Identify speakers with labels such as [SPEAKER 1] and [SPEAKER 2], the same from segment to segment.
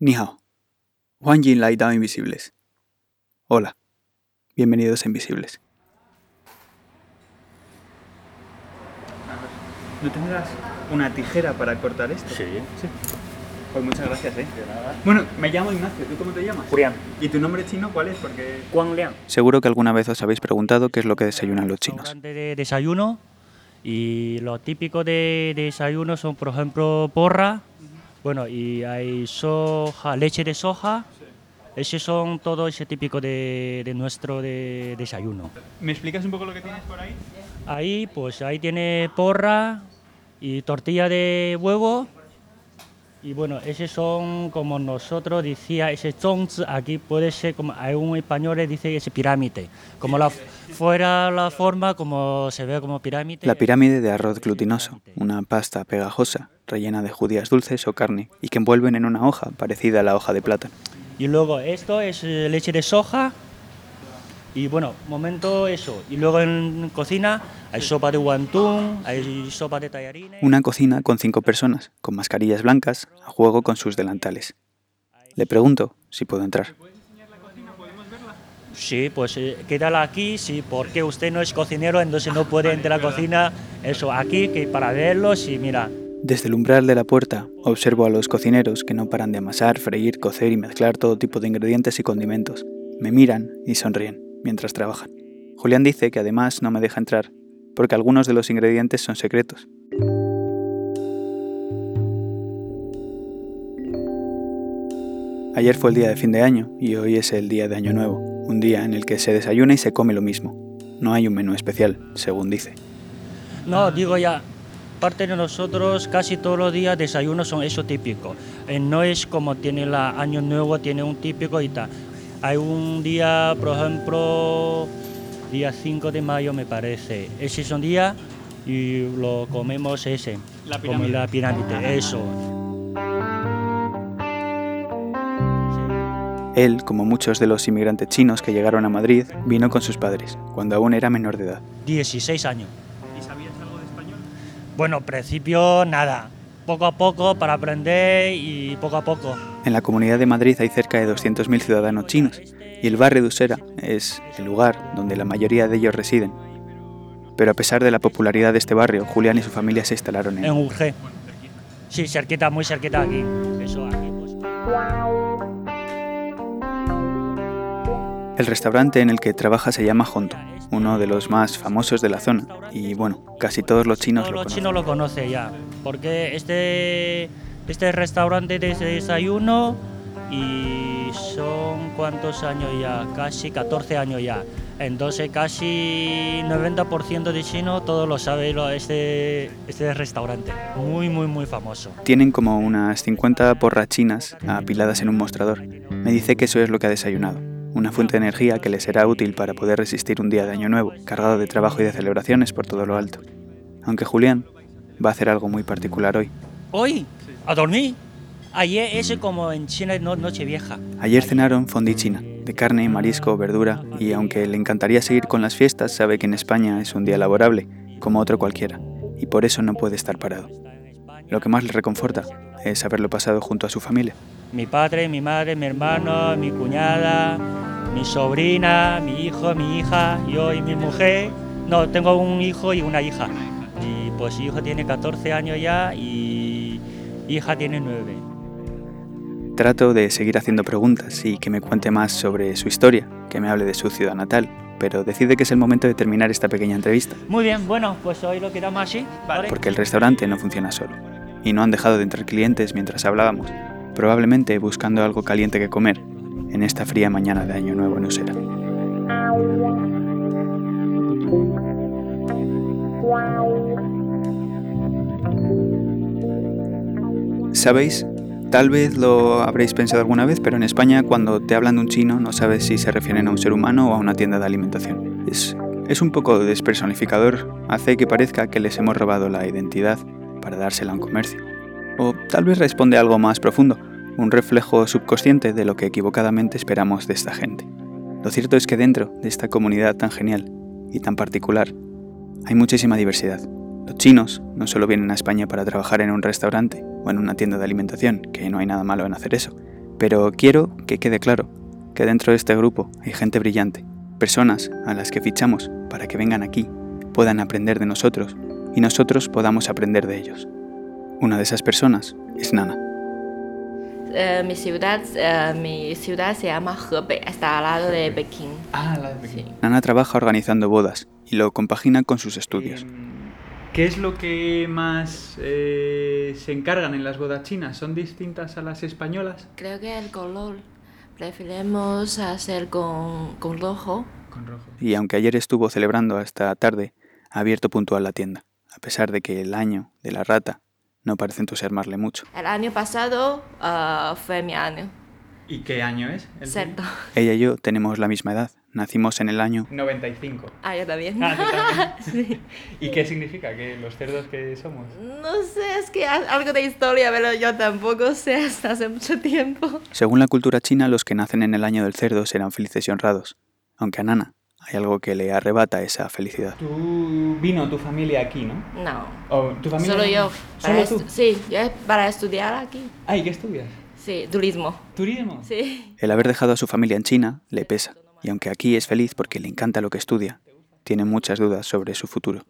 [SPEAKER 1] Ni hao. Juan Jin Lai Dao Invisibles. Hola. Bienvenidos a Invisibles. ¿No tendrás una tijera para cortar esto?
[SPEAKER 2] Sí.
[SPEAKER 1] Pues muchas gracias, ¿eh? Bueno, me llamo Ignacio. ¿Tú cómo te llamas?
[SPEAKER 2] Julián.
[SPEAKER 1] ¿Y tu nombre chino cuál es? Porque...
[SPEAKER 2] Juan Liang.
[SPEAKER 1] Seguro que alguna vez os habéis preguntado qué es lo que desayunan los chinos.
[SPEAKER 3] restaurante de desayuno y lo típico de desayuno son, por ejemplo, porra, bueno, y hay soja, leche de soja. Esos son todo ese típico de, de nuestro de desayuno.
[SPEAKER 1] ¿Me explicas un poco lo que tienes por ahí?
[SPEAKER 3] Ahí, pues ahí tiene porra y tortilla de huevo. Y bueno, esos son como nosotros decía, ese chongzi aquí puede ser como hay un español que dice ese pirámide, como la fuera la forma como se ve como pirámide.
[SPEAKER 1] La pirámide de arroz glutinoso, una pasta pegajosa, rellena de judías dulces o carne, y que envuelven en una hoja parecida a la hoja de plátano.
[SPEAKER 3] Y luego esto es eh, leche de soja. Y bueno, momento eso. Y luego en cocina hay sopa de guantún, hay sopa de tallarines.
[SPEAKER 1] Una cocina con cinco personas, con mascarillas blancas, a juego con sus delantales. Le pregunto si puedo entrar.
[SPEAKER 3] Sí, pues eh, quédala aquí, sí, porque usted no es cocinero, entonces no puede entrar a la cocina. Eso, aquí, que para verlo, sí, mira.
[SPEAKER 1] Desde el umbral de la puerta observo a los cocineros que no paran de amasar, freír, cocer y mezclar todo tipo de ingredientes y condimentos. Me miran y sonríen mientras trabajan. Julián dice que además no me deja entrar, porque algunos de los ingredientes son secretos. Ayer fue el día de fin de año y hoy es el día de Año Nuevo, un día en el que se desayuna y se come lo mismo. No hay un menú especial, según dice.
[SPEAKER 3] No, digo ya, parte de nosotros casi todos los días desayunos son eso típico. Eh, no es como tiene la Año Nuevo, tiene un típico y tal. Hay un día, por ejemplo, día 5 de mayo me parece. Ese es un día y lo comemos ese.
[SPEAKER 1] La
[SPEAKER 3] como
[SPEAKER 1] pirámide.
[SPEAKER 3] la pirámide, eso.
[SPEAKER 1] Él, como muchos de los inmigrantes chinos que llegaron a Madrid, vino con sus padres, cuando aún era menor de edad.
[SPEAKER 3] 16 años.
[SPEAKER 1] ¿Y sabías algo de español?
[SPEAKER 3] Bueno, al principio nada. Poco a poco para aprender y poco a poco.
[SPEAKER 1] En la comunidad de Madrid hay cerca de 200.000 ciudadanos chinos, y el barrio de Usera es el lugar donde la mayoría de ellos residen. Pero a pesar de la popularidad de este barrio, Julián y su familia se instalaron en
[SPEAKER 3] En Urge. Sí, cerquita, muy cerquita aquí. Eso aquí. pues.
[SPEAKER 1] El restaurante en el que trabaja se llama Honto, uno de los más famosos de la zona, y bueno, casi todos los chinos
[SPEAKER 3] Todos
[SPEAKER 1] lo
[SPEAKER 3] los
[SPEAKER 1] conocen.
[SPEAKER 3] chinos lo conocen ya. Porque este, este restaurante de desayuno y son cuántos años ya, casi 14 años ya. Entonces casi 90% de chino todos lo saben lo- este, este restaurante. Muy, muy, muy famoso.
[SPEAKER 1] Tienen como unas 50 porras chinas apiladas en un mostrador. Me dice que eso es lo que ha desayunado, una fuente de energía que le será útil para poder resistir un día de año nuevo, cargado de trabajo y de celebraciones por todo lo alto. Aunque Julián va a hacer algo muy particular hoy.
[SPEAKER 3] Hoy, a dormir. Ayer ese como en China no, noche vieja.
[SPEAKER 1] Ayer cenaron fondue china, de carne, marisco, verdura, y aunque le encantaría seguir con las fiestas, sabe que en España es un día laborable, como otro cualquiera, y por eso no puede estar parado. Lo que más le reconforta es haberlo pasado junto a su familia.
[SPEAKER 3] Mi padre, mi madre, mi hermano, mi cuñada, mi sobrina, mi hijo, mi hija, yo y mi mujer. No, tengo un hijo y una hija. Y pues hijo tiene 14 años ya y hija tiene 9.
[SPEAKER 1] Trato de seguir haciendo preguntas y que me cuente más sobre su historia, que me hable de su ciudad natal, pero decide que es el momento de terminar esta pequeña entrevista,
[SPEAKER 3] Muy bien, bueno, pues hoy lo quedamos así. ¿vale?
[SPEAKER 1] porque el restaurante no funciona solo, y no han dejado de entrar clientes mientras hablábamos, probablemente buscando algo caliente que comer en esta fría mañana de Año Nuevo en Usera. ¿Sabéis? Tal vez lo habréis pensado alguna vez, pero en España cuando te hablan de un chino no sabes si se refieren a un ser humano o a una tienda de alimentación. Es, es un poco despersonificador, hace que parezca que les hemos robado la identidad para dársela a un comercio. O tal vez responde a algo más profundo, un reflejo subconsciente de lo que equivocadamente esperamos de esta gente. Lo cierto es que dentro de esta comunidad tan genial y tan particular hay muchísima diversidad. Los chinos no solo vienen a España para trabajar en un restaurante o en una tienda de alimentación, que no hay nada malo en hacer eso, Pero quiero que quede claro que dentro de este grupo hay gente brillante, personas a las que fichamos para que vengan aquí, puedan aprender de nosotros y nosotros podamos aprender de ellos. Una de esas personas es Nana.
[SPEAKER 2] Eh, mi, ciudad, eh, mi ciudad se llama Hebei, está al lado de Pekín.
[SPEAKER 4] Ah, la de Pekín.
[SPEAKER 2] Sí.
[SPEAKER 1] Nana trabaja organizando bodas y lo compagina con sus estudios.
[SPEAKER 4] Em, ¿Qué es lo que más eh, se encargan en las bodas chinas? ¿Son distintas a las españolas?
[SPEAKER 2] Creo que el color preferimos hacer con, con rojo.
[SPEAKER 4] Con rojo.
[SPEAKER 1] Y aunque ayer estuvo celebrando hasta tarde, ha abierto puntual la tienda, a pesar de que el año de la rata no parece entusiasmarle mucho.
[SPEAKER 2] El año pasado ah, fue mi año,
[SPEAKER 4] ¿Y qué año es? el
[SPEAKER 2] ¿cierto?
[SPEAKER 1] Ella y yo tenemos la misma edad, nacimos en el año...
[SPEAKER 4] tuyo? 95.
[SPEAKER 2] Ah, yo también.
[SPEAKER 4] Ah, ¿tú también?
[SPEAKER 2] Sí.
[SPEAKER 4] ¿Y qué significa que los cerdos que somos?
[SPEAKER 2] No sé, es que a- algo de historia, pero yo tampoco sé hasta hace mucho tiempo.
[SPEAKER 1] Según la cultura china, los que nacen en el año del cerdo serán felices y honrados, aunque a Nana hay algo que le arrebata esa felicidad.
[SPEAKER 4] Tú vino tu familia aquí, ¿no?
[SPEAKER 2] No,
[SPEAKER 4] ¿O tu familia?
[SPEAKER 2] solo yo. Para
[SPEAKER 4] ¿Solo tú?
[SPEAKER 2] estu- Sí, yo es para estudiar aquí.
[SPEAKER 4] Ah, ¿y qué estudias?
[SPEAKER 2] Sí, turismo.
[SPEAKER 4] ¿Turismo?
[SPEAKER 2] Sí.
[SPEAKER 1] El haber dejado a su familia en China le pesa, y aunque aquí es feliz porque le encanta lo que estudia, tiene muchas dudas sobre su futuro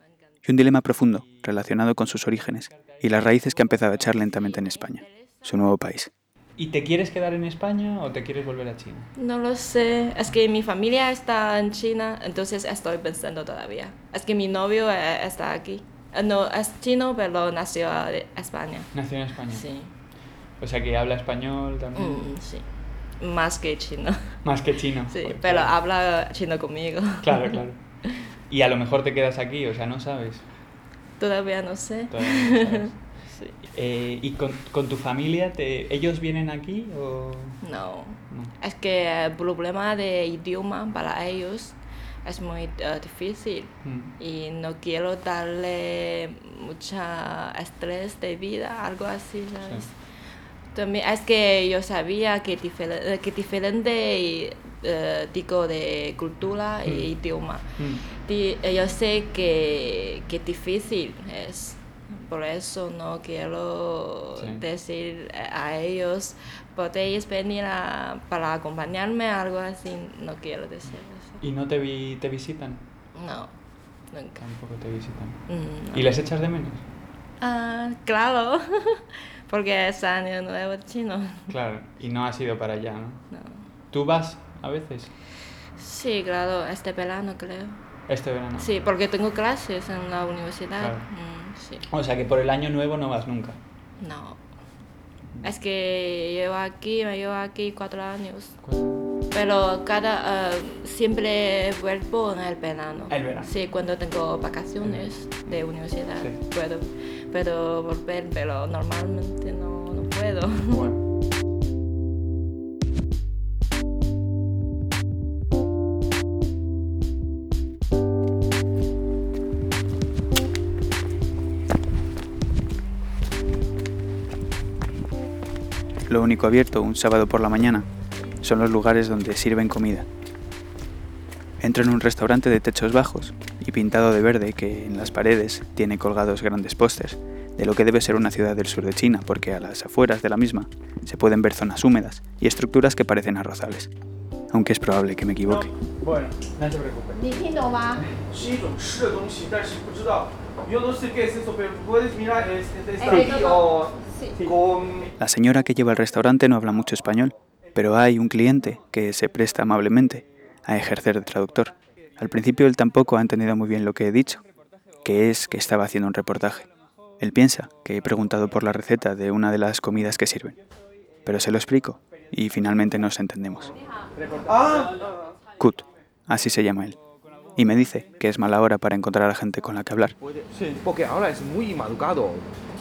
[SPEAKER 1] y un dilema profundo relacionado con sus orígenes y las raíces que ha empezado a echar lentamente en España, su nuevo país.
[SPEAKER 4] ¿Y te quieres quedar en España o te quieres volver a China?
[SPEAKER 2] No lo sé. Es que mi familia está en China, entonces estoy pensando todavía. Es que mi novio eh, está aquí. Eh, No, es chino, pero nació en España.
[SPEAKER 4] Nació en España.
[SPEAKER 2] Sí.
[SPEAKER 4] O sea que habla español también.
[SPEAKER 2] Mm, sí. Más que chino.
[SPEAKER 4] Más que chino.
[SPEAKER 2] Sí,
[SPEAKER 4] Joder,
[SPEAKER 2] pero
[SPEAKER 4] claro.
[SPEAKER 2] habla chino conmigo.
[SPEAKER 4] Claro, claro. Y a lo mejor te quedas aquí, o sea, no sabes.
[SPEAKER 2] Todavía no sé.
[SPEAKER 4] Todavía no sabes.
[SPEAKER 2] Sí.
[SPEAKER 4] Eh, ¿Y con, con tu familia, te, ellos vienen aquí o
[SPEAKER 2] No.
[SPEAKER 4] no?
[SPEAKER 2] Es que el problema de idioma para ellos es muy eh, difícil
[SPEAKER 4] Mm.
[SPEAKER 2] y no quiero darle mucha estrés de vida, algo así, ¿sabes?
[SPEAKER 4] Sí.
[SPEAKER 2] También es que yo sabía que, difere- que diferente y, eh, tipo de cultura y
[SPEAKER 4] Mm.
[SPEAKER 2] idioma.
[SPEAKER 4] Mm.
[SPEAKER 2] Di- eh, Yo sé que, que difícil es, por eso no quiero
[SPEAKER 4] Sí.
[SPEAKER 2] decir a a ellos, podéis venir a- para acompañarme, algo así, no quiero decir eso.
[SPEAKER 4] ¿Y no te, vi, te visitan?
[SPEAKER 2] No, nunca.
[SPEAKER 4] Tampoco te visitan.
[SPEAKER 2] Mm, no.
[SPEAKER 4] ¿Y les echas de menos?
[SPEAKER 2] Ah, claro, porque es año nuevo chino.
[SPEAKER 4] Claro, y no has ido para allá, ¿no?
[SPEAKER 2] No.
[SPEAKER 4] ¿Tú vas a veces?
[SPEAKER 2] Sí, claro, este verano creo.
[SPEAKER 4] Este verano.
[SPEAKER 2] Sí, porque tengo clases en la universidad.
[SPEAKER 4] Claro.
[SPEAKER 2] Mm, sí.
[SPEAKER 4] O sea que por el año nuevo no vas nunca.
[SPEAKER 2] No. Es que llevo aquí, me llevo aquí cuatro años.
[SPEAKER 4] Pues,
[SPEAKER 2] Pero cada eh, siempre vuelvo en el verano.
[SPEAKER 4] El verano.
[SPEAKER 2] Sí, cuando tengo vacaciones de universidad
[SPEAKER 4] Sí.
[SPEAKER 2] puedo, puedo volver, pero normalmente no, no puedo.
[SPEAKER 4] Bueno.
[SPEAKER 1] Lo único abierto un sábado por la mañana son los lugares donde sirven comida. Entro en un restaurante de techos bajos y pintado de verde que en las paredes tiene colgados grandes pósters de lo que debe ser una ciudad del sur de China porque a las afueras de la misma se pueden ver zonas húmedas y estructuras que parecen arrozales. Aunque es probable que me equivoque.
[SPEAKER 4] Bueno, no se preocupes.
[SPEAKER 2] 你听懂吗？
[SPEAKER 5] 是一种吃的东西，但是不知道。Eu não sei o que é esse sobre. Puedes mirar este
[SPEAKER 2] Eh,
[SPEAKER 5] está aqui
[SPEAKER 2] no,
[SPEAKER 5] o com
[SPEAKER 1] La señora que lleva el restaurante no habla mucho español, pero hay un cliente que se presta amablemente a ejercer de traductor. Al principio él tampoco ha entendido muy bien lo que he dicho, que es que estaba haciendo un reportaje. Él piensa que he preguntado por la receta de una de las comidas que sirven, pero se lo explico y finalmente nos entendemos.
[SPEAKER 5] ah
[SPEAKER 1] Kut, así se llama él, y me dice que es mala hora para encontrar a gente con la que hablar.
[SPEAKER 5] sí
[SPEAKER 6] Porque ahora es muy madrugado.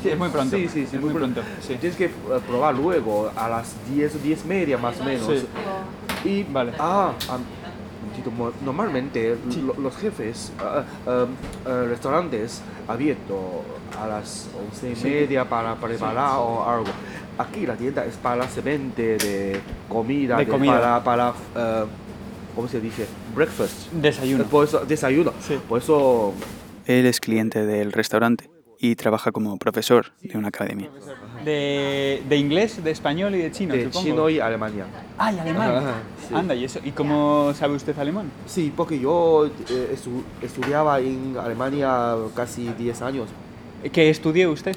[SPEAKER 4] Es muy pronto.
[SPEAKER 6] Sí, sí, sí,
[SPEAKER 4] es muy pronto. Sí.
[SPEAKER 6] Tienes que eh, probar luego a las 10 10 media más o menos.
[SPEAKER 4] Sí.
[SPEAKER 6] Y
[SPEAKER 4] Vale.
[SPEAKER 6] ah, am- tito, mo- normalmente lo- los jefes, ah, ah, ah, restaurantes abierto a las 11 y media para preparar o algo. Aquí la tienda es para las 20 de comida,
[SPEAKER 4] De comida.
[SPEAKER 6] para, para eh, ¿cómo se dice? Breakfast.
[SPEAKER 4] Desayuno.
[SPEAKER 6] Por eso, desayuno.
[SPEAKER 4] Sí.
[SPEAKER 6] Por eso
[SPEAKER 1] Él es cliente del restaurante y trabaja como profesor de una academia.
[SPEAKER 4] De, de inglés, de español y de chino,
[SPEAKER 6] de
[SPEAKER 4] supongo.
[SPEAKER 6] eh, chino y Alemania.
[SPEAKER 4] Ah, y alemán.
[SPEAKER 6] Ajá, sí.
[SPEAKER 4] Anda, ¿y eso? ¿Y cómo sabe usted alemán?
[SPEAKER 6] Sí, porque yo eh, estu- estudiaba en Alemania casi 10 años.
[SPEAKER 4] ¿Qué estudió usted?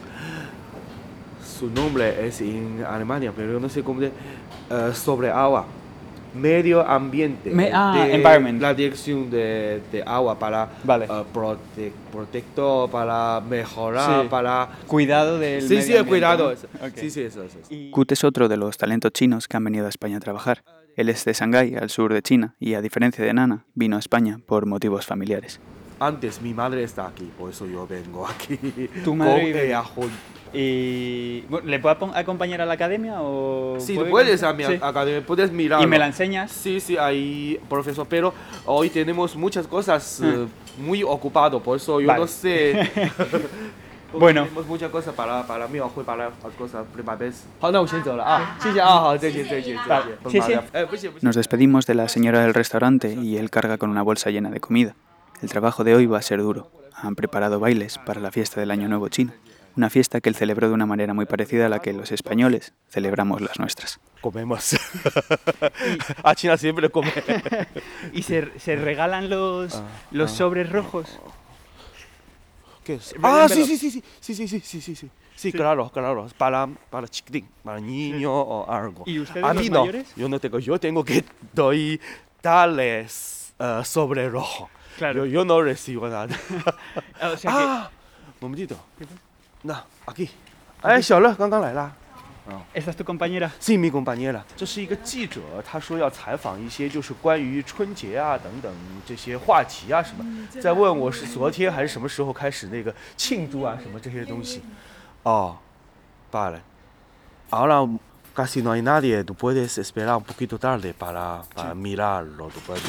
[SPEAKER 6] Su nombre es en Alemania, pero yo no sé cómo de, eh, sobre agua. Medio ambiente.
[SPEAKER 4] Me- ah,
[SPEAKER 6] de
[SPEAKER 4] environment.
[SPEAKER 6] La dirección de, de agua para
[SPEAKER 4] Vale.
[SPEAKER 6] eh, prote- protector, para mejorar,
[SPEAKER 4] Sí.
[SPEAKER 6] para...
[SPEAKER 4] Cuidado del
[SPEAKER 6] Sí,
[SPEAKER 4] medio
[SPEAKER 6] sí,
[SPEAKER 4] ambiente,
[SPEAKER 6] cuidado.
[SPEAKER 4] ¿no?
[SPEAKER 6] eso.
[SPEAKER 4] Ok.
[SPEAKER 6] Sí, sí, eso, eso, eso.
[SPEAKER 4] Y-
[SPEAKER 1] Kut es otro de los talentos chinos que han venido a España a trabajar. Él es de Shanghái, al sur de China, y a diferencia de Nana, vino a España por motivos familiares.
[SPEAKER 6] Antes mi madre está aquí, por eso yo vengo aquí.
[SPEAKER 4] Tu madre
[SPEAKER 6] con
[SPEAKER 4] vive-
[SPEAKER 6] ella junto.
[SPEAKER 4] Y bueno, ¿le puedo acom- acompañar a la academia o
[SPEAKER 6] Sí,
[SPEAKER 4] puede-
[SPEAKER 6] puedes a mi
[SPEAKER 4] Sí.
[SPEAKER 6] academia, puedes mirar.
[SPEAKER 4] y me la enseñas.
[SPEAKER 6] Sí, sí, ahí, profesor, pero hoy tenemos muchas cosas eh, muy ocupado, por eso yo
[SPEAKER 4] Vale.
[SPEAKER 6] no sé.
[SPEAKER 4] Bueno.
[SPEAKER 6] Tenemos muchas cosas para, para mí, hoy para las cosas privadas. Ah, no, 我先走了啊，谢谢啊，好，再见，再见，再见。
[SPEAKER 4] 谢谢。
[SPEAKER 6] eh, pues
[SPEAKER 1] Nos despedimos de la señora del restaurante y él carga con una bolsa llena de comida. El trabajo de hoy va a ser duro. Han preparado bailes para la fiesta del Año Nuevo chino, una fiesta que él celebró de una manera muy parecida a la que los españoles celebramos las nuestras.
[SPEAKER 6] Comemos. A Ah, China siempre come.
[SPEAKER 4] Y se, se regalan los, los sobres rojos.
[SPEAKER 6] ¿Qué es?
[SPEAKER 4] Relámpelo.
[SPEAKER 6] Ah, sí, sí, sí, sí, sí, sí, sí, sí, sí, sí, sí, claro, claro, para, para chiquitín, para niño o algo.
[SPEAKER 4] ¿Y ustedes
[SPEAKER 6] A
[SPEAKER 4] los
[SPEAKER 6] mí no,
[SPEAKER 4] mayores?
[SPEAKER 6] yo no tengo, yo tengo que doy tales eh, sobre rojo.
[SPEAKER 4] Claro.
[SPEAKER 6] Yo, yo no recibo nada.
[SPEAKER 4] O sea que-
[SPEAKER 6] ah, momentito. No, aquí. Ay, Xiaola, 刚刚来啦。
[SPEAKER 4] ¿Esta es tu compañera?
[SPEAKER 6] 是一名 compañera，这是一个记者，他说要采访一些就是关于春节啊等等这些话题啊什么，
[SPEAKER 4] 嗯
[SPEAKER 6] 在问我是昨天还是什么时候开始那个庆祝啊什么这些东
[SPEAKER 4] 嗯
[SPEAKER 6] 西。哦，罢了。Ahora casi no hay nadie, tú puedes esperar un poquito tarde para para mirarlo, tú puedes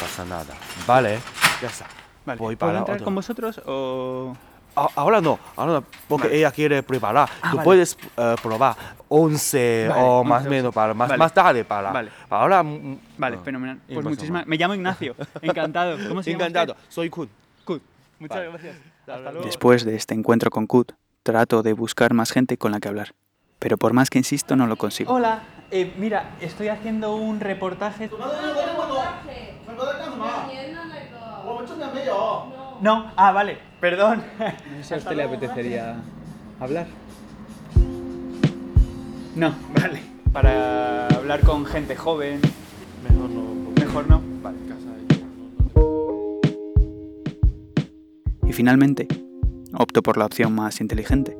[SPEAKER 6] pasa nada. Vale, ya está.
[SPEAKER 4] Vale. ¿Puedo
[SPEAKER 6] Voy para
[SPEAKER 4] entrar
[SPEAKER 6] otro.
[SPEAKER 4] con vosotros o...?
[SPEAKER 6] A- Ahora no, ahora no, porque ella quiere preparar. Tú
[SPEAKER 4] Ah, vale.
[SPEAKER 6] puedes eh, probar 11
[SPEAKER 4] Vale,
[SPEAKER 6] o
[SPEAKER 4] 11,
[SPEAKER 6] más o menos para más,
[SPEAKER 4] Vale.
[SPEAKER 6] más tarde para.
[SPEAKER 4] Vale.
[SPEAKER 6] Ahora mm,
[SPEAKER 4] Vale,
[SPEAKER 6] ah,
[SPEAKER 4] fenomenal.
[SPEAKER 6] y
[SPEAKER 4] Pues
[SPEAKER 6] más o
[SPEAKER 4] muchísimas...
[SPEAKER 6] menos.
[SPEAKER 4] Me llamo Ignacio. Encantado. ¿Cómo se llama usted?
[SPEAKER 6] Encantado, soy Kun.
[SPEAKER 4] Kut. Muchas
[SPEAKER 6] Vale.
[SPEAKER 4] gracias. Hasta luego.
[SPEAKER 1] Después de este encuentro con Kut, trato de buscar más gente con la que hablar. Pero por más que insisto, no lo consigo.
[SPEAKER 4] Hola, eh, mira, estoy haciendo un reportaje. No, ah, vale, perdón. No sé si a usted le apetecería hablar. No, vale. Para hablar con gente joven.
[SPEAKER 6] Mejor no.
[SPEAKER 4] Mejor no. Vale.
[SPEAKER 1] Y finalmente, opto por la opción más inteligente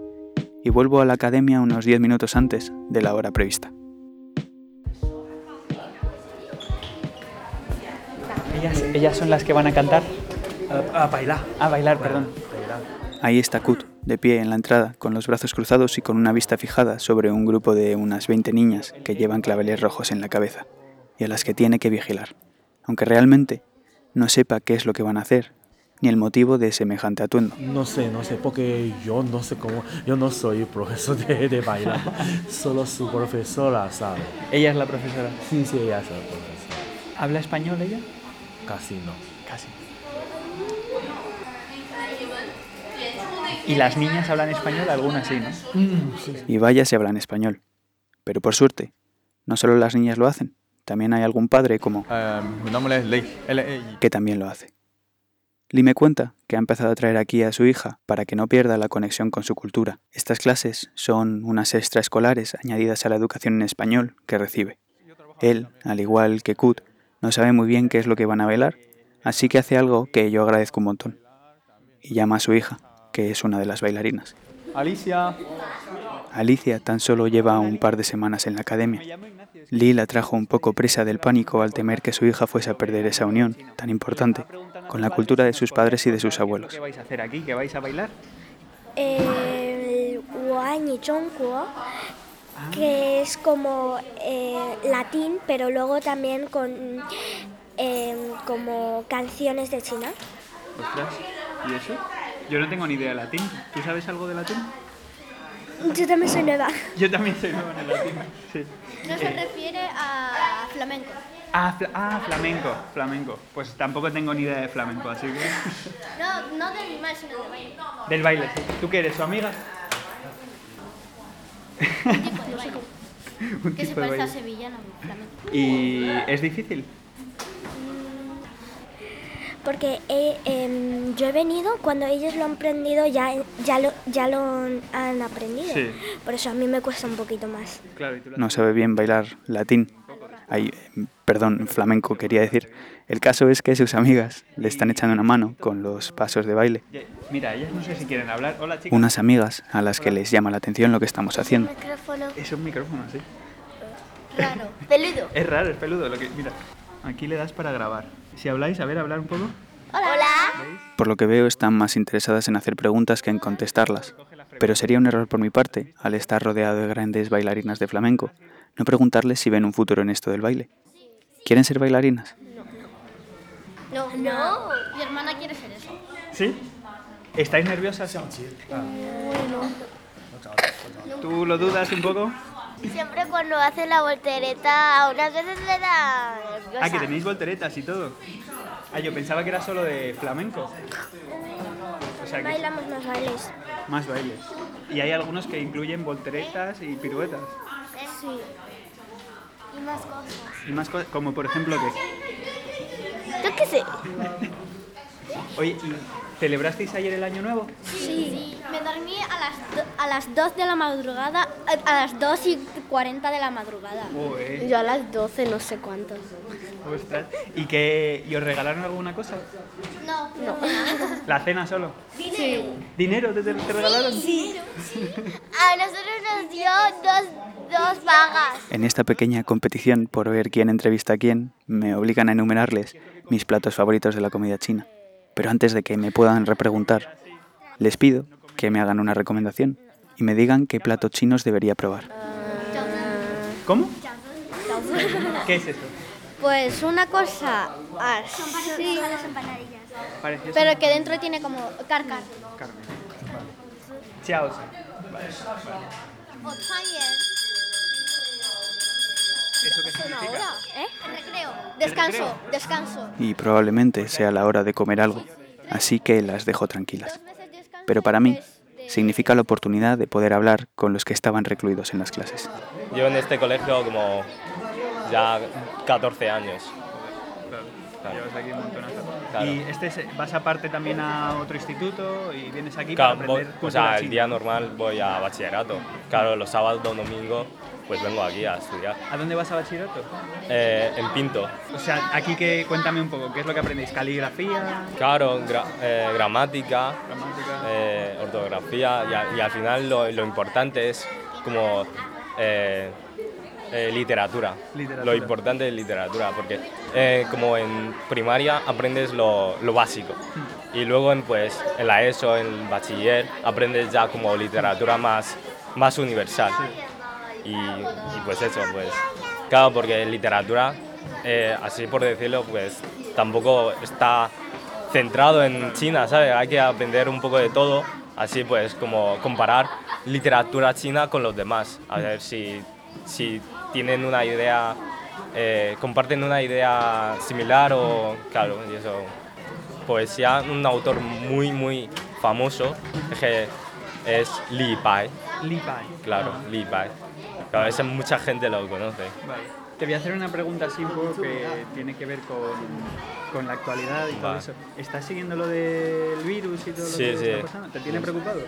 [SPEAKER 1] y vuelvo a la academia unos 10 minutos antes de la hora prevista.
[SPEAKER 4] Ellas, ellas son las que van a cantar.
[SPEAKER 6] A, bailar.
[SPEAKER 4] A bailar, perdón.
[SPEAKER 1] Ahí está Kut, de pie en la entrada, con los brazos cruzados y con una vista fijada sobre un grupo de unas 20 niñas que llevan claveles rojos en la cabeza y a las que tiene que vigilar, aunque realmente no sepa qué es lo que van a hacer ni el motivo de semejante atuendo.
[SPEAKER 6] No sé, no sé, porque yo no sé cómo, yo no soy profesor de, de bailar, solo su profesora sabe.
[SPEAKER 4] Ella es la profesora.
[SPEAKER 6] Sí, sí, ella es la profesora.
[SPEAKER 4] ¿Habla español ella?
[SPEAKER 6] Casi no.
[SPEAKER 4] Casi. ¿Y las niñas hablan español? Algunas sí, ¿no?
[SPEAKER 1] Y vaya si hablan español. Pero por suerte, no solo las niñas lo hacen, también hay algún padre como
[SPEAKER 5] Eh, mi nombre es Ley. E
[SPEAKER 1] que también lo hace. Lee me cuenta que ha empezado a traer aquí a su hija para que no pierda la conexión con su cultura. Estas clases son unas extraescolares añadidas a la educación en español que recibe. Él, al igual que Kut, no sabe muy bien qué es lo que van a velar, así que hace algo que yo agradezco un montón. Y llama a su hija, que es una de las bailarinas.
[SPEAKER 4] Alicia.
[SPEAKER 1] Alicia tan solo lleva un par de semanas en la academia.
[SPEAKER 4] Me llamo Ignacio.
[SPEAKER 1] Lee la trajo un poco presa del pánico al temer que su hija fuese a perder esa unión tan importante con la cultura de sus padres y de sus abuelos.
[SPEAKER 4] ¿Qué vais a hacer aquí? ¿Que vais a bailar?
[SPEAKER 7] eh, Guanyi Zhongguo, que es como eh, latín, pero luego también con eh, como canciones de China.
[SPEAKER 4] Ostras, ¿y eso? Yo no tengo ni idea de latín. ¿Tú sabes algo de latín?
[SPEAKER 7] Yo también soy nueva.
[SPEAKER 4] Yo también soy nuevo en el latín. Sí.
[SPEAKER 8] No se refiere a flamenco.
[SPEAKER 4] Ah, fla- ah, flamenco, flamenco. Pues tampoco tengo ni idea de flamenco, así que...
[SPEAKER 8] No, no de animal, sino de baile.
[SPEAKER 4] Del baile. ¿Tú qué eres, su amiga?
[SPEAKER 8] Un tipo de baile.
[SPEAKER 4] Un
[SPEAKER 8] Que se
[SPEAKER 4] tipo de
[SPEAKER 8] parece a
[SPEAKER 4] baile.
[SPEAKER 8] sevillano, flamenco.
[SPEAKER 4] ¿Y es difícil?
[SPEAKER 7] Porque he- em, yo he venido cuando ellos lo han aprendido, ya, ya, lo, ya lo han aprendido.
[SPEAKER 4] Sí.
[SPEAKER 7] Por eso a mí me cuesta un poquito más.
[SPEAKER 4] Claro, y tú la-
[SPEAKER 1] no sabe bien bailar latín. Ay, perdón, flamenco quería decir. El caso es que sus amigas le están echando una mano con los pasos de baile.
[SPEAKER 4] Ya- Mira, ellas no sé si quieren hablar. Hola, chicas.
[SPEAKER 1] Unas amigas a las que les llama la atención lo que estamos haciendo.
[SPEAKER 7] Micrófono.
[SPEAKER 4] Es un micrófono, sí.
[SPEAKER 8] Raro. Peludo.
[SPEAKER 4] Es raro, es peludo. Lo que... Mira, aquí le das para grabar. Si habláis, a ver, hablar un poco.
[SPEAKER 8] Hola.
[SPEAKER 1] Por lo que veo están más interesadas en hacer preguntas que en contestarlas. Pero sería un error por mi parte, al estar rodeado de grandes bailarinas de flamenco, no preguntarles si ven un futuro en esto del baile. ¿Quieren ser bailarinas?
[SPEAKER 8] No. No. Mi hermana quiere ser eso.
[SPEAKER 4] ¿Sí? ¿Estáis nerviosas? ¿Tú lo dudas un poco?
[SPEAKER 9] Siempre cuando hace la voltereta, a unas veces le da nerviosa.
[SPEAKER 4] Ah, que tenéis volteretas y todo. Ah, yo pensaba que era solo de flamenco. O sea, que
[SPEAKER 7] Bailamos más bailes.
[SPEAKER 4] más bailes. Y hay algunos que incluyen volteretas y piruetas.
[SPEAKER 7] Sí.
[SPEAKER 9] Y más cosas.
[SPEAKER 4] Y más cosas, como por ejemplo que...
[SPEAKER 9] Yo qué sé.
[SPEAKER 4] Oye, ¿y ¿celebrasteis ayer el año nuevo?
[SPEAKER 8] Sí. Me dormí a las, do- a las 2 de la madrugada, eh, a- a las 2 y 40 de la madrugada.
[SPEAKER 4] Ué,
[SPEAKER 9] Yo a las 12 no sé cuántos.
[SPEAKER 4] Pues, ostras. ¿Y, que, ¿Y os regalaron alguna cosa?
[SPEAKER 8] No, no.
[SPEAKER 4] ¿La cena solo? ¿Dinero te, te regalaron?
[SPEAKER 9] A nosotros nos dio dos, dos vagas.
[SPEAKER 1] En esta pequeña competición por ver quién entrevista a quién, me obligan a enumerarles mis platos favoritos de la comida china. Pero antes de que me puedan repreguntar, les pido que me hagan una recomendación y me digan qué plato chinos debería probar.
[SPEAKER 9] Ah.
[SPEAKER 4] ¿Cómo? ¿Qué es eso?
[SPEAKER 8] Pues una cosa así,
[SPEAKER 4] Parece
[SPEAKER 8] pero que dentro tiene como carne.
[SPEAKER 4] carne. Chao.
[SPEAKER 8] O también.
[SPEAKER 4] ¿Eso qué significa?
[SPEAKER 8] ¿Eh? Recreo. Descanso,
[SPEAKER 4] recreo.
[SPEAKER 8] descanso.
[SPEAKER 1] Y probablemente sea la hora de comer algo, así que las dejo tranquilas.
[SPEAKER 8] Dos veces descanso.
[SPEAKER 1] Pero para mí
[SPEAKER 8] desde-
[SPEAKER 1] significa la oportunidad de poder hablar con los que estaban recluidos en las clases.
[SPEAKER 10] Yo en este colegio como ya 14 años.
[SPEAKER 4] Claro, llevas aquí un montonazo.
[SPEAKER 10] Claro.
[SPEAKER 4] Y este es- vas aparte también a otro instituto y vienes aquí
[SPEAKER 10] Claro,
[SPEAKER 4] para
[SPEAKER 10] voy-
[SPEAKER 4] aprender
[SPEAKER 10] o
[SPEAKER 4] cultura
[SPEAKER 10] sea, el
[SPEAKER 4] china.
[SPEAKER 10] día normal voy a bachillerato. Claro, los sábados, los domingos, pues vengo aquí a estudiar.
[SPEAKER 4] ¿A dónde vas a bachillerato?
[SPEAKER 10] Eh, en Pinto.
[SPEAKER 4] O sea, aquí que cuéntame un poco, ¿qué es lo que aprendéis? ¿Caligrafía?
[SPEAKER 10] Claro, gra- eh, gramática,
[SPEAKER 4] Gramática.
[SPEAKER 10] eh, ortografía y, a- y al final lo, lo importante es como eh, eh, literatura.
[SPEAKER 4] Literatura.
[SPEAKER 10] Lo importante es literatura porque eh, como en primaria aprendes lo, lo básico
[SPEAKER 4] Hmm.
[SPEAKER 10] y luego en, pues, en la ESO, en el bachiller, aprendes ya como literatura más, más universal. Y, y pues eso, pues claro, porque literatura, eh, así por decirlo, pues tampoco está centrado en China, ¿sabes? Hay que aprender un poco de todo, así pues como comparar literatura china con los demás, a ver si, si tienen una idea, eh, comparten una idea similar o, claro, y eso. Poesía, un autor muy, muy famoso, que es Li Bai.
[SPEAKER 4] Lipai.
[SPEAKER 10] Claro, Lee Bai. Claro, ese mucha gente lo conoce.
[SPEAKER 4] Vale. Te voy a hacer una pregunta así un poco que tiene que ver con, con la actualidad y todo
[SPEAKER 10] Vale.
[SPEAKER 4] eso. ¿Estás siguiendo lo del virus y todo lo
[SPEAKER 10] Sí,
[SPEAKER 4] que
[SPEAKER 10] sí.
[SPEAKER 4] está pasando? ¿Te tiene preocupado?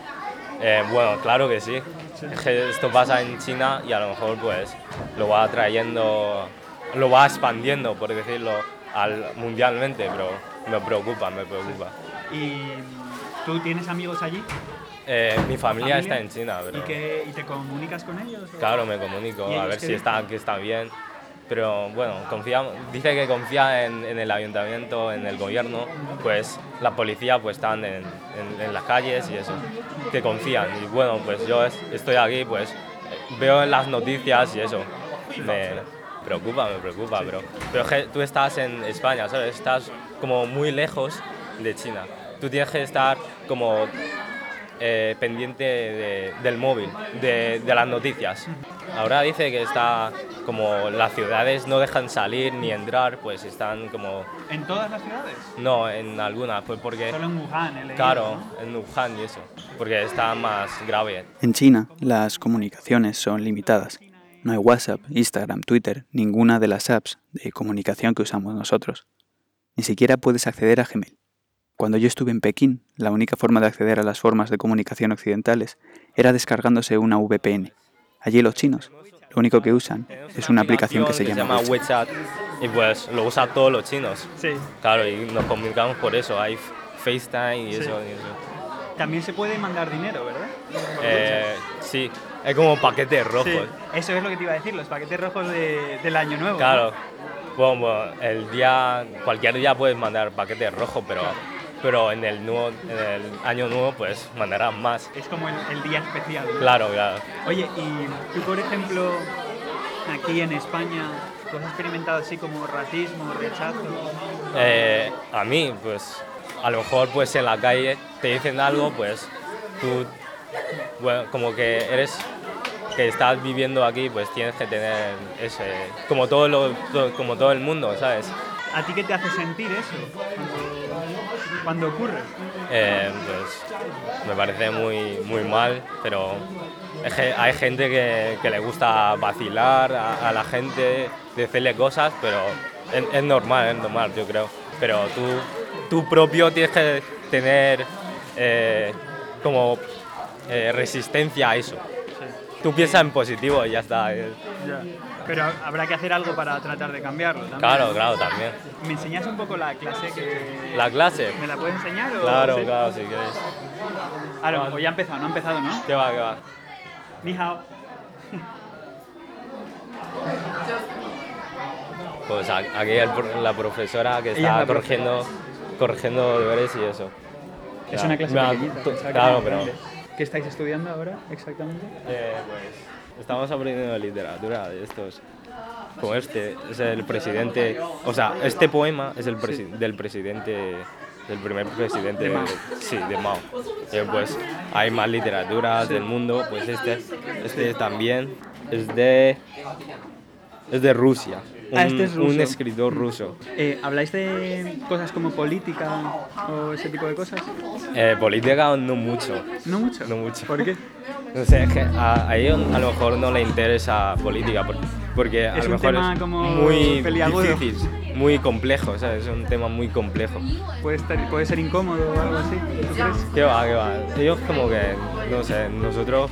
[SPEAKER 10] Eh, bueno, claro que sí. Es que esto pasa en China y a lo mejor pues lo va trayendo, lo va expandiendo, por decirlo, al, mundialmente, pero me preocupa, me preocupa.
[SPEAKER 4] ¿Y tú tienes amigos allí?
[SPEAKER 10] Eh, mi familia,
[SPEAKER 4] ¿Familia?
[SPEAKER 10] está en China, pero
[SPEAKER 4] ¿Y, que, ¿Y te comunicas con ellos? o-
[SPEAKER 10] claro, me comunico,
[SPEAKER 4] ¿Y
[SPEAKER 10] a
[SPEAKER 4] ellos
[SPEAKER 10] ver
[SPEAKER 4] qué
[SPEAKER 10] si
[SPEAKER 4] dicen?
[SPEAKER 10] está, que está bien. Pero bueno, confiamos, dice que confía en, en el ayuntamiento, en el gobierno, pues la policía pues están en, en- en las calles y eso, que confían. Y bueno, pues yo es- estoy aquí, pues eh, veo en las noticias y eso, me preocupa, me preocupa, pero, pero es que tú estás en España, ¿sabes? Estás como muy lejos de China. Tú tienes que estar como eh, pendiente de- del móvil, de, de las noticias. Ahora dice que está como las ciudades no dejan salir ni entrar, pues están como...
[SPEAKER 4] ¿En todas las ciudades?
[SPEAKER 10] No, en alguna, pues porque...
[SPEAKER 4] Solo en Wuhan, he leído,
[SPEAKER 10] Claro, en Wuhan y eso, porque está más grave.
[SPEAKER 1] En China, las comunicaciones son limitadas. No hay WhatsApp, Instagram, Twitter, ninguna de las apps de comunicación que usamos nosotros. Ni siquiera puedes acceder a Gmail. Cuando yo estuve en Pekín, la única forma de acceder a las formas de comunicación occidentales era descargándose una VPN. Allí los chinos, lo único que usan es una aplicación que se llama WeChat.
[SPEAKER 10] WeChat y pues lo usan todos los chinos.
[SPEAKER 4] Sí.
[SPEAKER 10] Claro, y nos comunicamos por eso, hay FaceTime y
[SPEAKER 4] Sí.
[SPEAKER 10] eso. y eso.
[SPEAKER 4] También se puede mandar dinero, ¿verdad? Por
[SPEAKER 10] Eh, sí, es como paquetes
[SPEAKER 4] WeChat.
[SPEAKER 10] rojos.
[SPEAKER 4] Sí, eso es lo que te iba a decir, los paquetes rojos de- del año nuevo.
[SPEAKER 10] Claro, bueno, bueno, el día, cualquier día puedes mandar paquetes rojos, pero, pero en, el nuevo, en el año nuevo pues mandarás más.
[SPEAKER 4] Es como el, el día especial. ¿no?
[SPEAKER 10] Claro, claro.
[SPEAKER 4] Oye, y tú, por ejemplo, aquí en España, ¿tú has experimentado así como racismo, rechazo?
[SPEAKER 10] Eh, a mí, pues, a lo mejor, pues, en la calle te dicen algo, pues, tú, bueno, como que eres, que estás viviendo aquí, pues, tienes que tener ese, como todo, lo, to- como todo el mundo, ¿sabes?
[SPEAKER 4] ¿A ti qué te hace sentir eso cuando, cuando ocurre?
[SPEAKER 10] Eh, pues, me parece muy, muy mal, pero es que hay gente que, que le gusta vacilar a, a la gente, decirle cosas, pero es, es normal, es normal, yo creo. Pero tú, tú propio tienes que tener eh, como eh, resistencia a eso. Tú piensas en positivo y ya está. eh.
[SPEAKER 4] Ya. Pero habrá que hacer algo para tratar de cambiarlo. también.
[SPEAKER 10] Claro, claro, también.
[SPEAKER 4] ¿Me enseñas un poco la clase que...
[SPEAKER 10] ¿La clase?
[SPEAKER 4] ¿Me la puedes enseñar? O
[SPEAKER 10] Claro,
[SPEAKER 4] sí?
[SPEAKER 10] claro, si quieres.
[SPEAKER 4] Ah, no, o ya ha empezado, no ha empezado, ¿no?
[SPEAKER 10] ¿Qué va, qué va?
[SPEAKER 4] Ni hao.
[SPEAKER 10] Pues a- aquí el pro- la profesora que
[SPEAKER 4] Ella
[SPEAKER 10] está
[SPEAKER 4] es la
[SPEAKER 10] corrigiendo, corrigiendo deberes y eso.
[SPEAKER 4] Es
[SPEAKER 10] Ya.
[SPEAKER 4] una clase
[SPEAKER 10] Me ha-
[SPEAKER 4] pequeñita.
[SPEAKER 10] to-
[SPEAKER 4] pensaba que
[SPEAKER 10] Claro,
[SPEAKER 4] era
[SPEAKER 10] pero
[SPEAKER 4] grande. ¿Qué estáis estudiando ahora exactamente?
[SPEAKER 10] Eh, pues, estamos aprendiendo literatura de estos. Como este, es el presidente. O sea, este poema es el presi- del presidente, del primer presidente.
[SPEAKER 4] De Mao.
[SPEAKER 10] Sí, de Mao. Eh, pues hay más literaturas del mundo, pues este, este también es de. Es de Rusia.
[SPEAKER 4] Ah, este es
[SPEAKER 10] Un- Un
[SPEAKER 4] ruso.
[SPEAKER 10] escritor ruso.
[SPEAKER 4] Eh, ¿Habláis de cosas como política o ese tipo de cosas?
[SPEAKER 10] Eh, política no mucho.
[SPEAKER 4] ¿No mucho?
[SPEAKER 10] No mucho.
[SPEAKER 4] ¿Por qué?
[SPEAKER 10] No sé, es que a, a ellos a lo mejor no le interesa política, por- porque a
[SPEAKER 4] Es
[SPEAKER 10] lo
[SPEAKER 4] un
[SPEAKER 10] mejor
[SPEAKER 4] tema
[SPEAKER 10] es
[SPEAKER 4] como
[SPEAKER 10] muy
[SPEAKER 4] peliagudo.
[SPEAKER 10] difícil, muy complejo, o sea, es un tema muy complejo.
[SPEAKER 4] ¿Puede, estar- puede ser incómodo o algo así? ¿tú crees?
[SPEAKER 10] ¿Qué va, qué va? Ellos como que, no sé, nosotros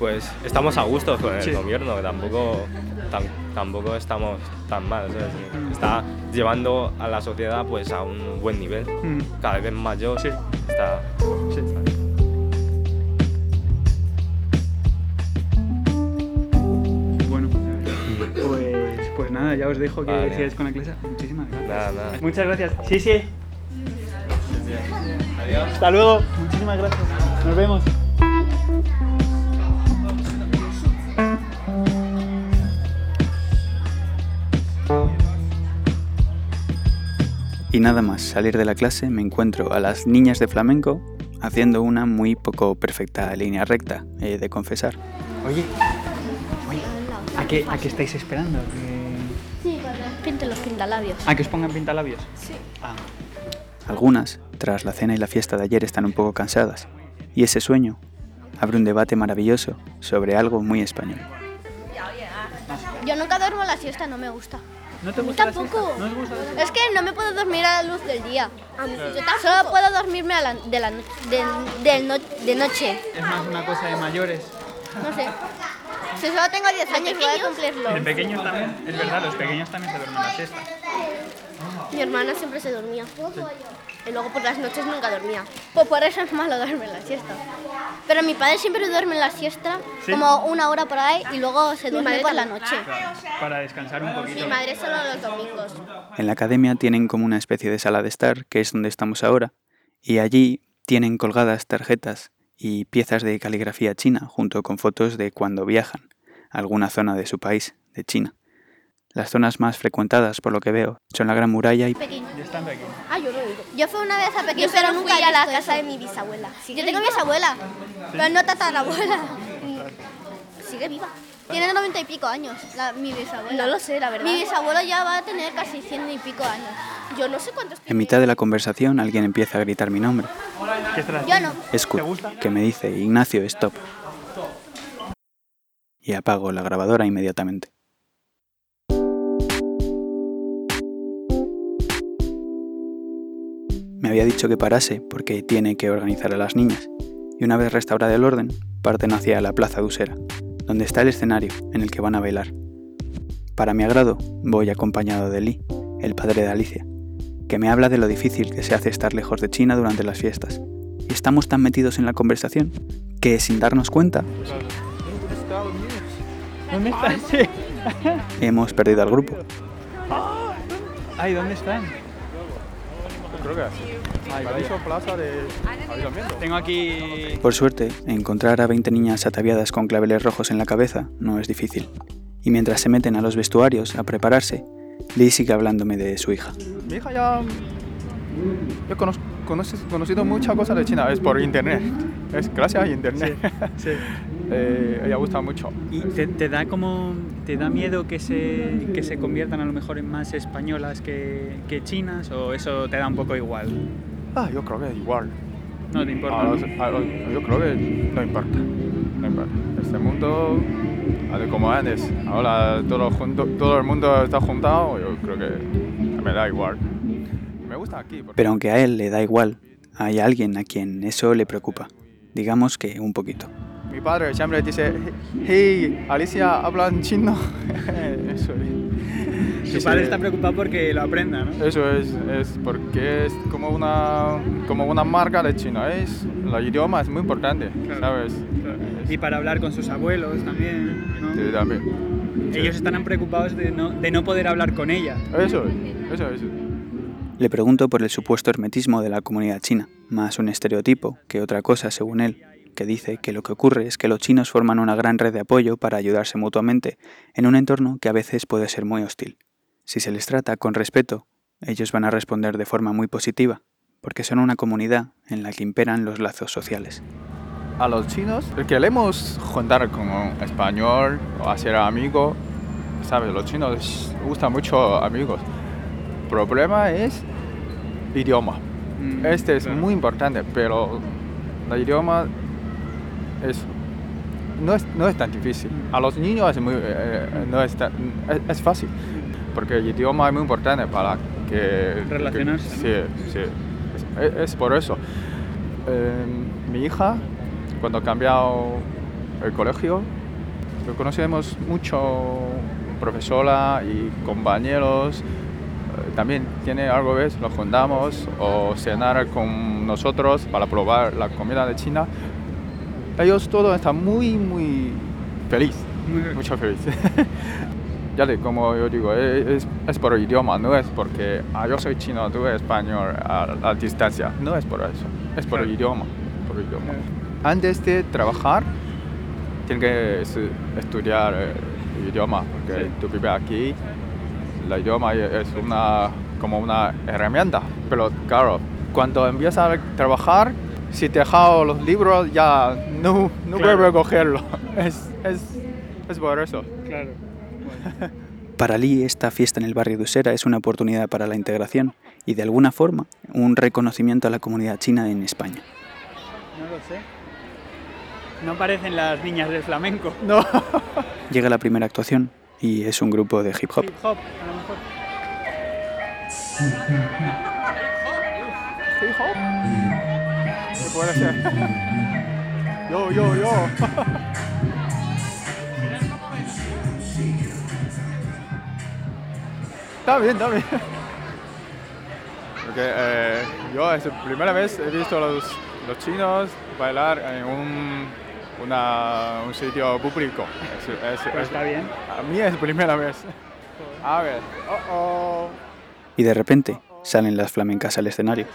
[SPEAKER 10] pues estamos a gusto con el
[SPEAKER 4] Sí.
[SPEAKER 10] gobierno, tampoco, tam- tampoco estamos tan mal, ¿sabes? Está llevando a la sociedad pues a un buen nivel,
[SPEAKER 4] Mm.
[SPEAKER 10] cada vez mayor. Está,
[SPEAKER 4] Bueno, pues, pues nada, ya os dejo que
[SPEAKER 10] Vale.
[SPEAKER 4] sigáis con la clase. Muchísimas gracias.
[SPEAKER 10] nada, nada.
[SPEAKER 4] Muchas gracias. Sí, sí. Hasta luego. Muchísimas gracias. Nos vemos.
[SPEAKER 1] Y nada más salir de la clase me encuentro a las niñas de flamenco haciendo una muy poco perfecta línea recta, he de confesar.
[SPEAKER 4] Oye, oye, ¿a qué, a qué estáis esperando? ¿Que-
[SPEAKER 8] Sí, pinte los pintalabios.
[SPEAKER 4] ¿A que os pongan pintalabios?
[SPEAKER 8] Sí.
[SPEAKER 4] Ah,
[SPEAKER 1] Algunas, tras la cena y la fiesta de ayer, están un poco cansadas. Y ese sueño abre un debate maravilloso sobre algo muy español.
[SPEAKER 8] Yo nunca duermo la siesta, no me gusta.
[SPEAKER 4] ¿No te
[SPEAKER 8] A mí
[SPEAKER 4] gusta la
[SPEAKER 8] tampoco.
[SPEAKER 4] siesta? ¿No os gusta la siesta?
[SPEAKER 8] Es que no me puedo dormir a la luz del día.
[SPEAKER 4] Claro.
[SPEAKER 8] Yo tampoco. Solo puedo dormirme a la- de, la, no- de- del no- de noche.
[SPEAKER 4] es más una cosa de mayores.
[SPEAKER 8] No sé. Si solo tengo 10 años, voy a cumplirlo.
[SPEAKER 4] De pequeños también, es verdad, los pequeños también se duermen la siesta.
[SPEAKER 8] Mi hermana siempre se dormía. Y luego por las noches nunca dormía. Pues por eso es malo dormir la siesta. Pero mi padre siempre duerme la siesta,
[SPEAKER 4] ¿Sí? Ah.
[SPEAKER 8] como una hora por ahí, y luego se
[SPEAKER 4] Mi
[SPEAKER 8] duerme
[SPEAKER 4] madre
[SPEAKER 8] por la
[SPEAKER 4] también.
[SPEAKER 8] noche.
[SPEAKER 4] Claro, para descansar un poquito.
[SPEAKER 8] solo los domingos.
[SPEAKER 1] En la academia tienen como una especie de sala de estar, que es donde estamos ahora, y allí tienen colgadas tarjetas y piezas de caligrafía china, junto con fotos de cuando viajan a alguna zona de su país, de China. Las zonas más frecuentadas, por lo que veo, son la Gran Muralla y...
[SPEAKER 8] Pekín.
[SPEAKER 4] Yo están aquí.
[SPEAKER 8] Ah, yo no he ido. Yo fui una vez a Pekín, pero
[SPEAKER 11] solo
[SPEAKER 8] nunca
[SPEAKER 11] fui
[SPEAKER 8] he
[SPEAKER 11] a la
[SPEAKER 8] visto
[SPEAKER 11] casa
[SPEAKER 8] eso.
[SPEAKER 11] de mi bisabuela.
[SPEAKER 8] Yo tengo bisabuela, pero no tatarabuela. Sigue viva. Tiene noventa y pico años, la- mi bisabuela.
[SPEAKER 11] No lo sé, la verdad.
[SPEAKER 8] Mi bisabuelo ya va a tener casi cien y pico años. Yo no sé cuántos.
[SPEAKER 1] En mitad de la conversación alguien empieza a gritar mi nombre.
[SPEAKER 8] Yo no.
[SPEAKER 1] Es Kurt, que me dice, Ignacio, stop. Y apago la grabadora inmediatamente. Me había dicho que parase porque tiene que organizar a las niñas. Y una vez restaurado el orden, parten hacia la plaza de Usera, donde está el escenario en el que van a bailar. Para mi agrado, voy acompañado de Lee, el padre de Alicia, que me habla de lo difícil que se hace estar lejos de China durante las fiestas. Y estamos tan metidos en la conversación que, sin darnos cuenta,
[SPEAKER 4] ¿Dónde están? Sí.
[SPEAKER 1] hemos perdido al grupo.
[SPEAKER 4] Ay, ¿dónde están?
[SPEAKER 10] Creo que así. Paraíso Plaza de Avivamiento.
[SPEAKER 4] Tengo aquí.
[SPEAKER 1] Por suerte, encontrar a 20 niñas ataviadas con claveles rojos en la cabeza no es difícil. Y mientras se meten a los vestuarios a prepararse, Lee sigue hablándome de su hija.
[SPEAKER 10] Mi hija ya. Yo conozco, conocido muchas cosas de China, es por internet. Es gracias a internet.
[SPEAKER 4] Sí.
[SPEAKER 10] Eh, ella gusta mucho.
[SPEAKER 4] ¿Y te, te da como te da miedo que se, que se conviertan a lo mejor en más españolas que, que chinas o eso te da un poco igual?
[SPEAKER 10] Ah, yo creo que igual. Ah,
[SPEAKER 4] No te importa.
[SPEAKER 10] A los- a los- yo creo que no importa. No importa. Este mundo, a ver, como antes, ahora todo, junto, todo el mundo está juntado, yo creo que me da igual. Me gusta aquí. porque-
[SPEAKER 1] Pero aunque a él le da igual, hay alguien a quien eso le preocupa. Digamos que un poquito.
[SPEAKER 10] Mi padre siempre dice, hey, Alicia, hablan chino. Eso es.
[SPEAKER 4] Tu padre está preocupado porque lo aprenda, ¿no?
[SPEAKER 10] Eso es, es porque es como una, como una marca de China. Es, el idioma es muy importante, ¿sabes?
[SPEAKER 4] Y para hablar con sus abuelos también, ¿no?
[SPEAKER 10] Sí, también.
[SPEAKER 4] Ellos estarán preocupados de no, de no poder hablar con ella.
[SPEAKER 10] Eso, eso, eso.
[SPEAKER 1] Le pregunto por el supuesto hermetismo de la comunidad china, más un estereotipo que otra cosa según él, que dice que lo que ocurre es que los chinos forman una gran red de apoyo para ayudarse mutuamente en un entorno que a veces puede ser muy hostil. Si se les trata con respeto, ellos van a responder de forma muy positiva, porque son una comunidad en la que imperan los lazos sociales.
[SPEAKER 10] a los chinos queremos juntar con un español o hacer amigos. ¿Sabes? Los chinos gustan mucho amigos. Problema es idioma. este es muy importante, pero el idioma es, no, es, no es tan difícil. A los niños es, muy, eh, no es, tan- es- es fácil, porque el idioma es muy importante para que...
[SPEAKER 4] Relacionarse,
[SPEAKER 10] que- sí, sí. Es, es por eso. Eh, mi hija, cuando ha cambiado el colegio, lo conocemos mucho profesora y compañeros. Eh, También tiene algo vez, nos juntamos o cenar con nosotros para probar la comida de China. Ellos todos están muy, muy feliz, mucho feliz. ya le, como yo digo, eh, es, es por el idioma, no es porque ah, yo soy chino, tú eres español a la distancia. No es por eso, es por el idioma, por el idioma. Antes de trabajar, tienen que estu- estudiar eh, el idioma, porque tú vives aquí, el idioma e- es una, como una herramienta. Pero claro, cuando empiezas a trabajar, si te dejado los libros, ya no, no
[SPEAKER 4] Claro.
[SPEAKER 10] vuelves a cogerlo. Es, es, es por eso.
[SPEAKER 4] Claro.
[SPEAKER 1] Para Lee, esta fiesta en el barrio de Usera es una oportunidad para la integración y, de alguna forma, un reconocimiento a la comunidad china en España.
[SPEAKER 4] No lo sé. No parecen las niñas del flamenco.
[SPEAKER 10] No.
[SPEAKER 1] Llega la primera actuación y es un grupo de hip hop.
[SPEAKER 4] Hip hop, a lo mejor.
[SPEAKER 10] Hip hop. ¿Qué puedo hacer? Yo, yo, yo. Está bien, está bien. Porque eh, yo es la primera vez he visto a los, los chinos bailar en un, una- un sitio público. Es- es- es-
[SPEAKER 4] Pues está bien.
[SPEAKER 10] A mí es la primera vez. A ver. Oh, oh.
[SPEAKER 1] Y de repente salen las flamencas al escenario.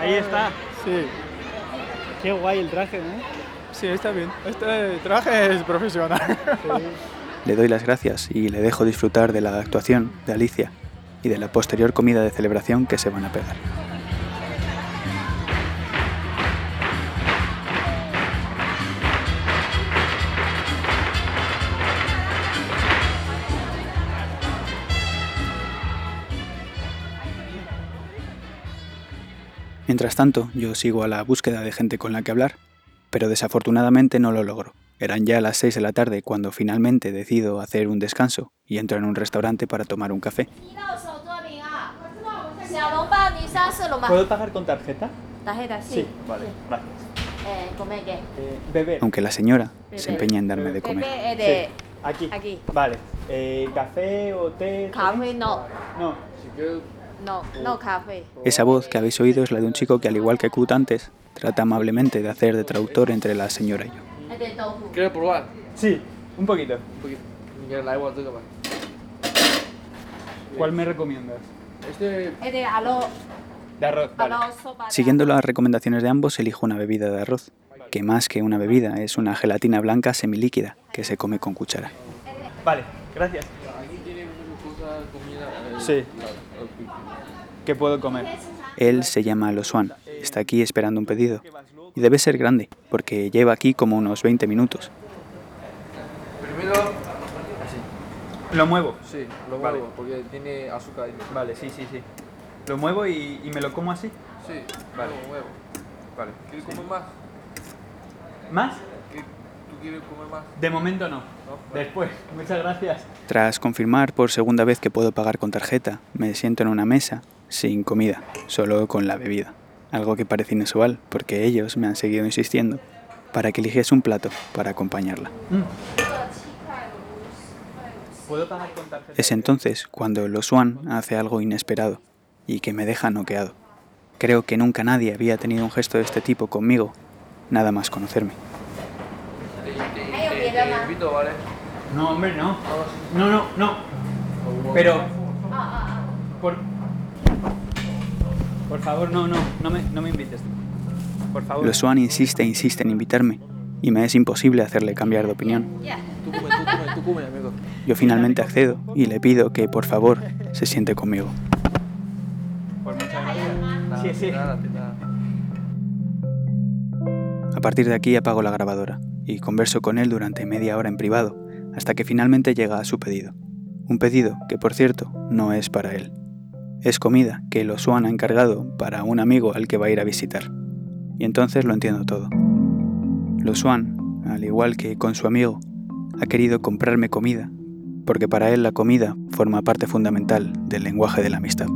[SPEAKER 4] Ahí está.
[SPEAKER 10] Sí.
[SPEAKER 4] Qué guay el traje, ¿no?
[SPEAKER 5] Sí, está bien. Este traje es profesional.
[SPEAKER 1] Le doy las gracias y le dejo disfrutar de la actuación de Alicia y de la posterior comida de celebración que se van a pegar. Mientras tanto, yo sigo a la búsqueda de gente con la que hablar, pero desafortunadamente no lo logro. Eran ya las 6 de la tarde cuando finalmente decido hacer un descanso y entro en un restaurante para tomar un café.
[SPEAKER 9] 提到手作名啊，小笼包你三十笼吗？
[SPEAKER 4] ¿Puedo pagar con tarjeta?
[SPEAKER 9] Tarjeta, sí.
[SPEAKER 4] vale, gracias.
[SPEAKER 9] Eh, comer qué?
[SPEAKER 4] Eh, beber.
[SPEAKER 1] Aunque la señora se empeña en darme de
[SPEAKER 9] Pepe
[SPEAKER 1] comer.
[SPEAKER 9] es Eh, de
[SPEAKER 4] Sí, Aquí.
[SPEAKER 9] aquí.
[SPEAKER 4] Vale. Eh, ¿Café o té?
[SPEAKER 9] Café no,
[SPEAKER 4] No.
[SPEAKER 9] no, no café.
[SPEAKER 1] Esa voz que habéis oído es la de un chico que, al igual que Kut antes, trata amablemente de hacer de traductor entre la señora y yo.
[SPEAKER 9] Es de tofu.
[SPEAKER 12] ¿Quieres probar?
[SPEAKER 4] Sí, un poquito.
[SPEAKER 12] ¿Quieres la agua de comer?
[SPEAKER 4] ¿Cuál me recomiendas?
[SPEAKER 12] Este
[SPEAKER 9] Es de arroz,
[SPEAKER 4] De arroz.
[SPEAKER 9] arroz sopa. de
[SPEAKER 1] Siguiendo las recomendaciones de ambos, elijo una bebida de arroz, que más que una bebida es una gelatina blanca semilíquida que se come con cuchara.
[SPEAKER 4] Vale, gracias.
[SPEAKER 12] aquí tiene cosa comida. eh,
[SPEAKER 4] Sí. ¿Qué puedo comer?
[SPEAKER 1] Él se llama Loswan, está aquí esperando un pedido, y debe ser grande, porque lleva aquí como unos 20 minutos.
[SPEAKER 12] Primero. Así.
[SPEAKER 4] Lo muevo.
[SPEAKER 12] Sí, lo
[SPEAKER 4] Vale.
[SPEAKER 12] muevo porque tiene azúcar. ahí.
[SPEAKER 4] Vale, sí, sí, sí. Lo muevo y, y me lo como así.
[SPEAKER 12] Sí,
[SPEAKER 4] Vale.
[SPEAKER 12] lo muevo.
[SPEAKER 4] Vale.
[SPEAKER 12] ¿Quieres comer más?
[SPEAKER 4] ¿Más?
[SPEAKER 12] ¿Qué- ¿Tú quieres comer más?
[SPEAKER 4] De momento no. Después. Muchas gracias.
[SPEAKER 1] Tras confirmar por segunda vez que puedo pagar con tarjeta, me siento en una mesa, sin comida, solo con la bebida. Algo que parece inusual, porque ellos me han seguido insistiendo para que eligiese un plato para acompañarla.
[SPEAKER 4] Mm. ¿Puedo pagar con tarjeta?
[SPEAKER 1] Es entonces cuando Loswan hace algo inesperado y que me deja noqueado. Creo que nunca nadie había tenido un gesto de este tipo conmigo, nada más conocerme.
[SPEAKER 12] Te, te- te- te invito, ¿vale?
[SPEAKER 4] No, hombre, no. No, no, no. Pero. Por, por favor, no, no. No me, no me invites. Por favor.
[SPEAKER 1] Loswan insiste e insiste en invitarme y me es imposible hacerle cambiar de opinión.
[SPEAKER 12] Tú come, tú come, tú come, amigo.
[SPEAKER 1] Yo finalmente accedo y le pido que por favor se siente conmigo.
[SPEAKER 4] Por muchas gracias.
[SPEAKER 12] Nada,
[SPEAKER 4] Sí, sí.
[SPEAKER 12] Nada, nada.
[SPEAKER 1] A partir de aquí apago la grabadora y converso con él durante media hora en privado, hasta que finalmente llega a su pedido. Un pedido que, por cierto, no es para él. Es comida que lo Swan ha encargado para un amigo al que va a ir a visitar. Y entonces lo entiendo todo. Lo Swan, al igual que con su amigo, ha querido comprarme comida, porque para él la comida forma parte fundamental del lenguaje de la amistad.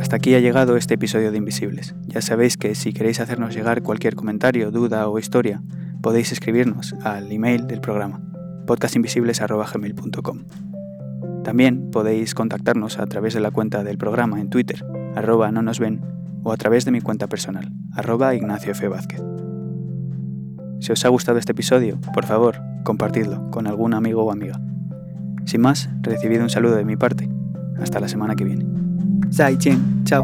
[SPEAKER 1] Hasta aquí ha llegado este episodio de Invisibles. Ya sabéis que si queréis hacernos llegar cualquier comentario, duda o historia, podéis escribirnos al email del programa podcastinvisibles.gmail.com También podéis contactarnos a través de la cuenta del programa en Twitter, arroba no nos ven, o a través de mi cuenta personal, arroba Ignacio F. Vázquez. Si os ha gustado este episodio, por favor, compartidlo con algún amigo o amiga. Sin más, recibid un saludo de mi parte. Hasta la semana que viene. 再见，chao.